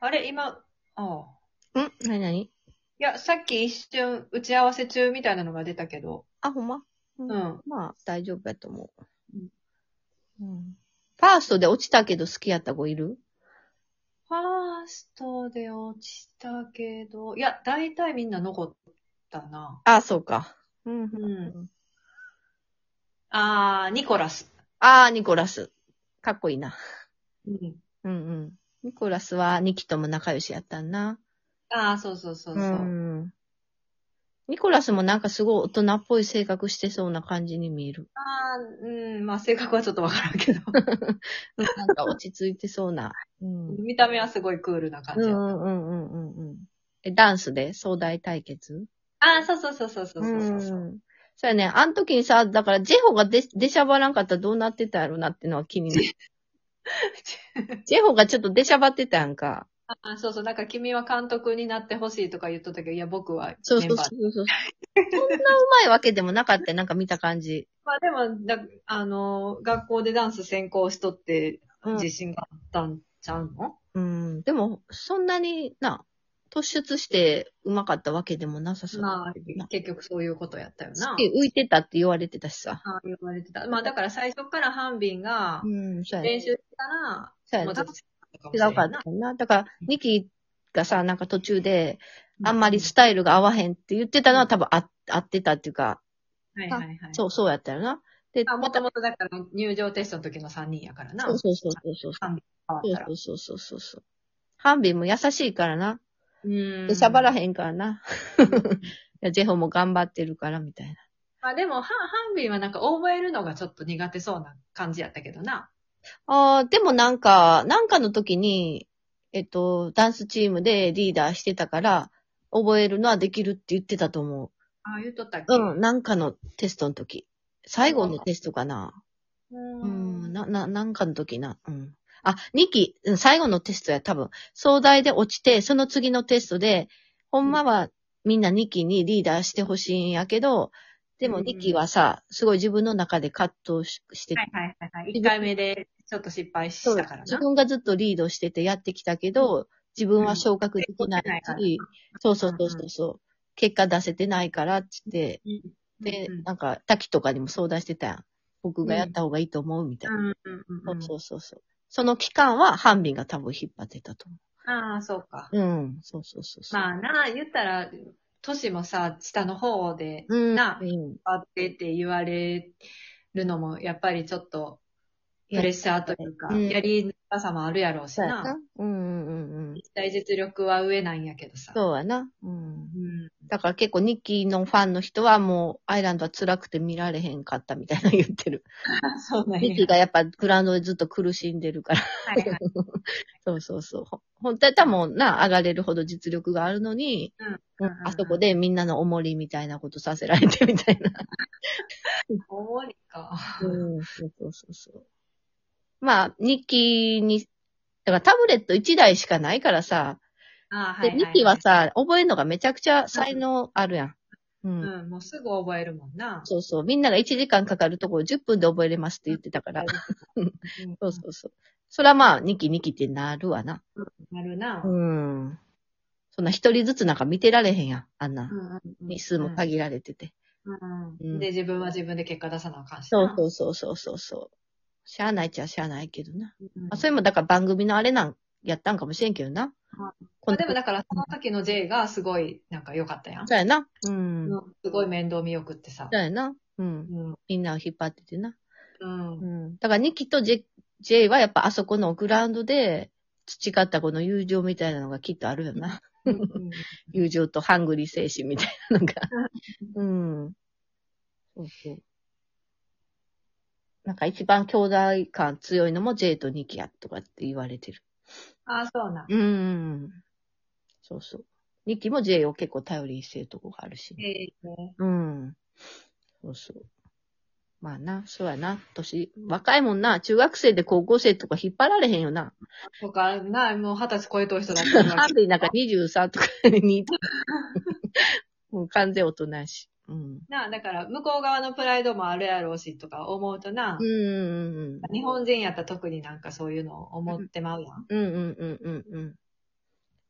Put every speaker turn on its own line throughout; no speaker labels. あれ、今、ああ。
ん何何
いや、さっき一瞬打ち合わせ中みたいなのが出たけど。
あ、ほんまうん
うん。
まあ、大丈夫やと思う。うん。ファーストで落ちたけど好きやった子いる
ファーストで落ちたけど、いや、大体みんな残ったな。
あ、そうか。うん
う。
うん
あー、ニコラス。
あー、ニコラス。かっこいいな。
うん。
うんうん。ニコラスはニキとも仲良しやったんな。
あー、そうそうそうそう。
ん。ニコラスもなんかすごい大人っぽい性格してそうな感じに見える。
あー、うん、まあ性格はちょっとわからんけど。
なんか落ち着いてそうな。 うん
見た目はすごいクールな感
う
じ。
んうんうんうんうん。え、ダンスで壮大対決
あー、そうそうそうそうそうそうそう
う。ん。そうやね。あの時にさ、だから、ジェホがで、でしゃばらんかったらどうなってたんやろなってのは気になる。 ジェホがちょっとでしゃばってたやんか。
あーそうそう、なんか君は監督になってほしいとか言っとったけど、いや、僕はメンバー。
そうそうそうそう。そんなうまいわけでもなかったよなんか見た感じ。
まあでも、だあの、学校でダンス専攻しとって、自信があったんちゃうの、
うん。でも、そんなにな、突出してうまかったわけでもなさそう。
ま
な
あ、結局そういうことやったよ
すっ
な
げ。え浮いてたって言われてたしさ。
ああ言われてた。まあだから最初からハンビンが
うん、そうやね。
練習した
そ
ら、
うや
もう
ね
ダン。スかもし
違
れん
うかっ
な
たな。だから、ニキがさ、なんか途中で、あんまり
は
スタイルが合わへんって言ってたのは多分あ合ってたっていうか、
いはいはい。
そう、そうやったよな。で、
あもともとだから入場テストの時の3人やからな。
そうそうそうそうそう。
変わったら。
そうそうそうそうそう。ハンビンも優しいからな。
うん
で、しゃばらへんからな。 いやジェホも頑張ってるから、みたいな。
まあでも、ハンハンビンはなんか覚えるのがちょっと苦手そうな感じやったけどな。
ああ、でもなんか、なんかの時に、えっと、ダンスチームでリーダーしてたから、覚えるのはできるって言ってたと思
ああ、言っとったっけ
う。うん、なんかのテストの時。最後のテストかな。う
うん
ん、。な、な、なんかの時な。うん。あ、2期、うん最後のテストや、多分。総大で落ちて、その次のテストで、ほんまはみんな2期にリーダーしてほしいんやけど、でも
うん
2期はさ、すごい自分の中で葛藤ししてて
はいはいはいはい。1回目でちょっと失敗したから
自
な。
分がずっとリードしててやってきたけど、自分は昇格できないし、そうそうそうそうそう、結果出せてないからってって、で、
うん
なんか、滝とかにも相談してたやん。僕がやった方がいいと思うみたいな。
うんうんうんうん
そうそうそうそう。その期間は、ハンビンが多分引っ張ってたと思
ああ、そうか。
う。うん、そうそうそうそう。
まあなあ、言ったら、都市もさ、下の方で、
うん、
なあ
うん、
あってって言われるのも、やっぱりちょっと、プレッシャーというか、
うん
やりづらさもあるやろうし
そうや
な
な。。うん、うん、うんうん。
絶対実力は上なんやけどさ。
そうやな。うん。
うん
だから結構ニッキーのファンの人はもう、アイランドは辛くて見られへんかったみたいなの言ってる。
そうなんや
ミキがやっぱグラウンドでずっと苦しんでるから。
はいはい
そうそうそう。ほ本当やったらもうな、上がれるほど実力があるのに、
うんうんうん
あそこでみんなのおもりみたいなことさせられてみたいな。
重いか。
うん、そうそうそうそう。まあ、ニッキーに、だからタブレット1台しかないからさ、
ああ、は
で
いはいい。
ニッキーはさ、覚えるのがめちゃくちゃ才能あるやん。うん。
うん、もうすぐ覚えるもんな。
そうそう。みんなが1時間かかるところ10分で覚えれますって言ってたから。
うん
そうそうそう。それはまあ、ニッキーニッキーってなるわな。
なるな。
うん。そんな一人ずつなんか見てられへんやん、あんな
う。んうんうん
日数も限られてて。
う
うん
ん。で、自分は自分で結果出さなあかんし
そ
な。
うそうそうそうそうそう。しゃあないっちゃしゃあないけどな。
うん
まあ、それもだから番組のあれなん、やったんかもしれんけどな。こ
まあ
の
でもだから、その時の J がすごい、なんか良かったやん。
そうやな。うん。そ
うんすごい面倒見よくってさ
う。やな。うん。
うん。
みんなを引っ張っててな。
うん。
うん。だからニキとジェ、ジェイはやっぱあそこのグラウンドで培ったこの友情みたいなのがきっとあるよな。
うん
友情とハングリー精神みたいなのが。うん。そうそう。なんか一番兄弟感強いのも J とニキやとかって言われてる。
ああ、そうなん。
うん。そうそう。ニキも J を結構頼りにしてるとこがあるし、ね。
ええ
うん。そうそう。まあな、そうやな。年、若いもんな。中学生で高校生とか引っ張られへんよな。
とか、な、もう二十歳超えとる人だったら
ハンビーなんか23とかに いた。もう完全大人やし。うん。
な、だから、向こう側のプライドもあるやろうし、とか思うとな
う、ん。
日本人やったら特になんかそういうのを思ってまうやん。
うんうんうんうんうん。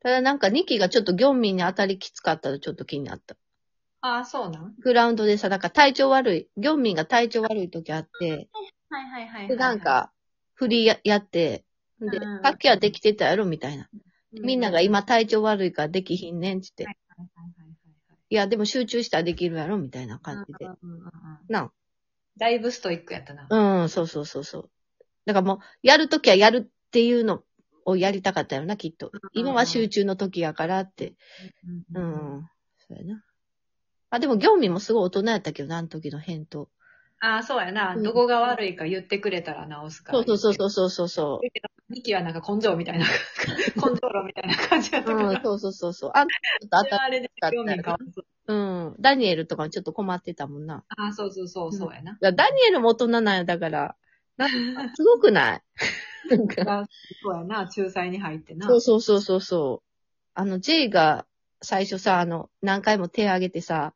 ただなんか2期がちょっと業民に当たりきつかったのちょっと気になった。
ああ、そうなん
グラウンドでさ、なんか体調悪い、業民が体調悪い時あって、
はいはいはいはい。
で、なん、か、フリーややって、で
うんうん、
さっきはできてたやろみたいな。みんなが
い
今体調悪いからできひんねんっつって。
はいいはいはいはい。
や、でも集中したらできるやろみたいな感じで。
うんうんうんうん
なあ
だいぶストイックやったな。
うん、そうそうそうそう。だからもう、やるときはやるっていうのをやりたかったよな、きっと。今は集中の時やからって。
う
うん
うん
ん。そうやな。あ、でも、業務もすごい大人やったけどな、あの時の返答。
ああ、そうやな。
うん
どこが悪いか言ってくれたら直すから。。
そうそうそうそうそうそう
ミキはなんか根性みたいな、 根性論みたいな感じやっ
う。
たから。
うん、そうそうそうそう。あ、ちょっとあ
あ
った。
あれで興味変わる。
うん。ダニエルとかもちょっと困ってたもんな。
ああ、そうそうそう、そうやな。
いやダニエルも大人なんや、だから。なんか、すごくないなんか
あそうやな、仲裁に入ってな。
そうそうそうそうそう。あの、J が最初さ、あの、何回も手挙げてさ、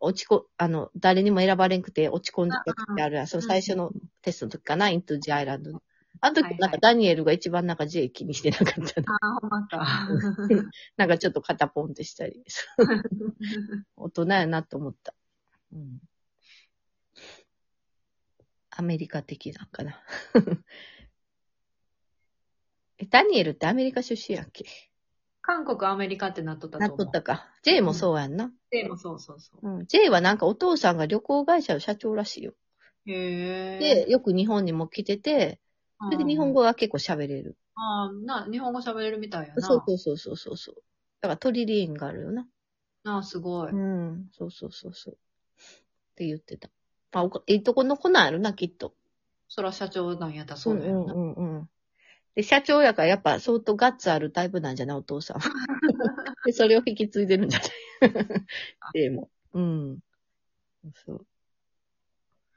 落ちこ、あの、誰にも選ばれんくて落ち込んだ時ってあるやん。その最初のテストの時かな、イントジアイランドの。あの
はいは
時、
い
なんかダニエルが一番なんか J 気にしてなかったな。
ああ、ほんまか。
なんかちょっと肩ポンってしたり。大人やなと思った。うん。アメリカ的なんかな。 え、ダニエルってアメリカ出身やっけ
韓国、アメリカってなっとった
な
と
っと
思う。
ったか。J もそうやんな。
でもそうそうそう。
うん。J はなんかお父さんが旅行会社の社長らしいよ。
へえ。
で、よく日本にも来てて、それで日本
語。
語が結構喋れる。
ああ、な、日本語喋れるみたいやな。
そうそうそうそうそう。だからトリリンがあるよな。
なあ、すごい。
うん。そうそうそうそう。って言ってた。まあ、おかいいとこの子なんやろな、きっと。
そら社長なんやったらそうだ
う
よ
ん
な。
うんうんうん。で、社長やからやっぱ相当ガッツあるタイプなんじゃないお父さん。 で、それを引き継いでるんじゃないでも。うん。そう。い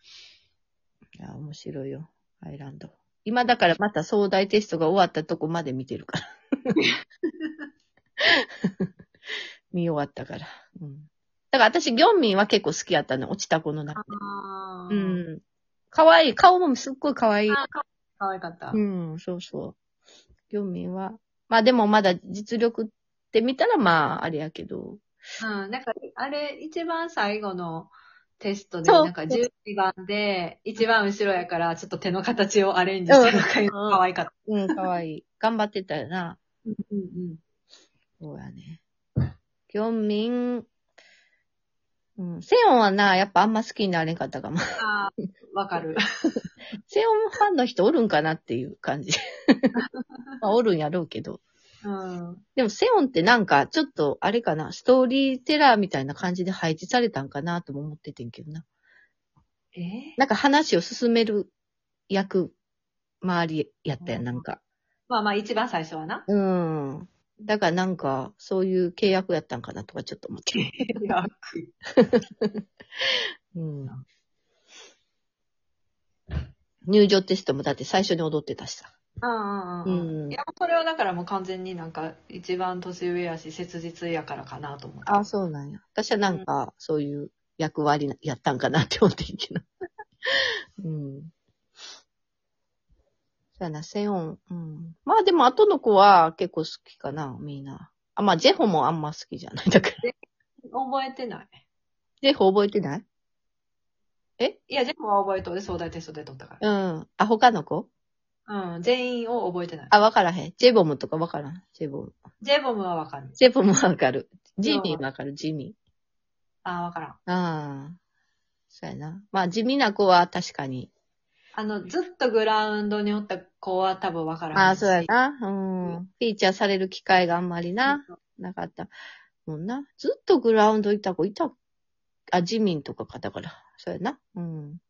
や、面白いよ。アイランド。今だからまた壮大テストが終わったとこまで見てる から。見終わったから。うん。だから私、ギョンミンは結構好きやったの。落ちた子の中で。
ああ。
うん。可愛い顔もすっごい可愛い。
あー。かかわいかった。
うん、そうそう。業民は。まあでもまだ実力って見たらまあ、あれやけど。
うん、なんか、あれ、一番最後のテストで、
そう
なんか12番で、一番後ろやから、ちょっと手の形をアレンジしたのが
ん
可愛かった。
うん、かわいい。 頑張ってたよな。
うんうん
そうやね。業民、うん、セオンはな、やっぱあんま好きになれんかったかも。
ああ、わ かる。
セオンファンの人おるんかなっていう感じ。まあ、おるんやろうけど。
うん。
でもセオンってなんか、ちょっと、あれかな、ストーリーテラーみたいな感じで配置されたんかなとも思っててんけどな。
え
なんか話を進める役、周りやったやん、なんか。
まあまあ、一番最初はな。
うん。だからなんか、そういう契約やったんかなとかちょっと思って。うん。入場テストもだって最初に踊ってたしさ。
うんうん
う
うんん。いや、これはだからもう完全になんか、一番年上やし、切実やからかなと思って。
あ、そうなんや。私はなんか、そういう役割やったんかなって思ってんけど。 うん。そうやな、セオン。うん。まあでも、後の子は結構好きかな、みんな。あ、まあ、ジェホもあんま好きじゃない。だから、
覚えてない。
ジェホ覚えてない
いや、全部は覚えとるで、壮大テストで取ったか
うん。あ、他の子
ら。うん。全員を覚えてない。
あ、わからへん。ジェボムとかわからん。ジェボム。
ジェボムはわかる。
ジェボムわかる。ジミーわかる、ジミ
ああ、わからん。
ー。ああ。そうやな。まあ、地味な子は確かに。
あの、ずっとグラウンドにおった子は多分わから
あ
ない
あ、
し
そうやな。うん。フィーチャーされる機会があんまりな、
そう
なかったもんな。ずっとグラウンドいた子いた。あ、ジミンとかか、だから。そうやな。うん。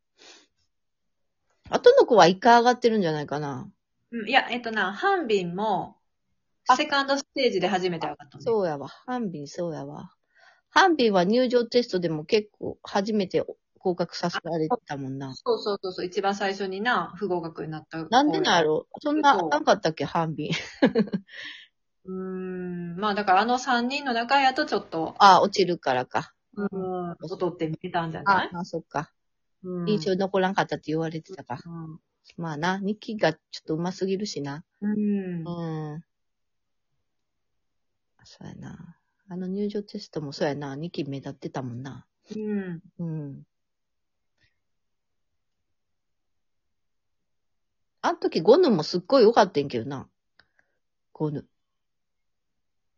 後の子は一回上がってるんじゃないかな。
うんいや、えっとな、ハンビンも、
あ
セカンドステージで初めて上がったのね
そうやわ。ハンビン、そうやわ。ハンビンは入場テストでも結構初めて合格させられてたもんな。
そうそうそうそう、一番最初にな、不合格になった子。
なんでなんやろそんな、
そう
なんかあったっけ、ハン ビン。
うーん、まあだからあの3人の中やとちょっと、
あ、落ちるからか。
うん、劣って見えたんじゃな
あ
い、
あそっか。
うん、
印象に残らんかったって言われてたか。まあな、ニッキーがちょっと上手すぎるしな。
うん。うん。
うん。そうやな。あの入場テストもそうやな。2期目立ってたもんな。
うん。
うん。あの時ゴヌもすっごい良かったんけどな。ゴヌ。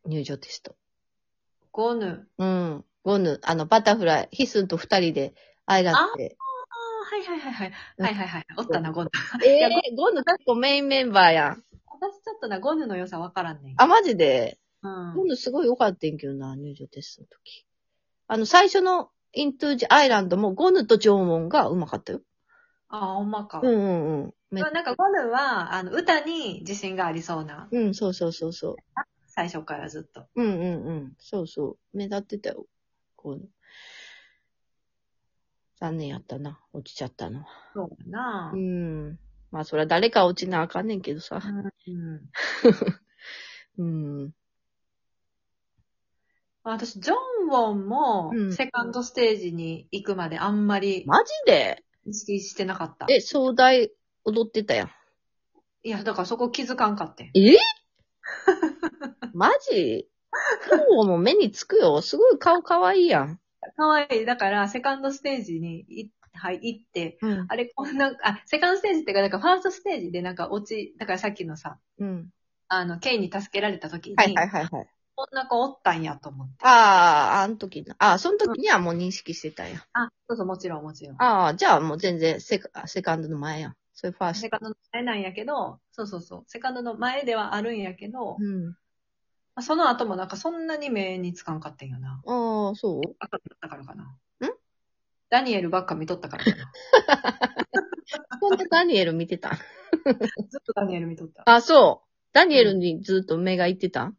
入場テスト。
ゴヌ。
うん。ゴヌ、あの、バタフライ、ヒスンと二人で、アイランドで。
ああ、はいはいはいはい。はいはいはい。おったな、ゴヌ。
え
いや
ー、ゴヌ結構メインメンバーやん。
私ちょっとな、ゴヌの良さわからんねん。
あ、マジで。
うん
ゴ。ヌすごい良かったんけどな、入場テストの時。あの、最初のイントゥージアイランドもゴヌと縄文がうまかったよ。
あ、ほんまか。
うんうんうん。め
なんかゴヌは、あの、歌に自信がありそうな。
うん、そうそうそうそう。
最初からずっと。
うんうんうん。そうそう。目立ってたよ。こう。残念やったな。落ちちゃったのは。
そうだな
う。ん。まあ、そりゃ誰か落ちなあかんねんけどさ。
うん。
うん。
私、ジョンウォンも
うん、
セカンドステージに行くまであんまり
マジで
意識してなかった。
え、壮大踊ってたやん。
いや、だからそこ気づかんかってん。
えマジ今日も目につくよ。すごい顔かわいいやん。
かわいい。だから、セカンドステージにいはい行って、
うん。
あれ、こんな、あ、セカンドステージっていうか、なんかファーストステージでなんか落ち、だからさっきのさ、
うん。
あの、ケイに助けられた時に、
はいはいはいはい。
こんな子おったんやと思って。
ああ、あの時な。ああ、その時にはもう認識してたやん。
あ、そうそう、もちろんもちろん。
ああ、じゃあもう全然セカセカンドの前やん。それファースト
セ。カンドの前なんやけど、そうそうそう。セカンドの前ではあるんやけど、ま
うん。
あその後もなんかそんなに目につかんかったんよな。
ああ、そう
ばっか見とったからかな。んダニエルばっか見とったからか な。
そんなダニエル見てたん
ず っとダニエル見とった。
あ、そう。ダニエルにずっと目が行ってたん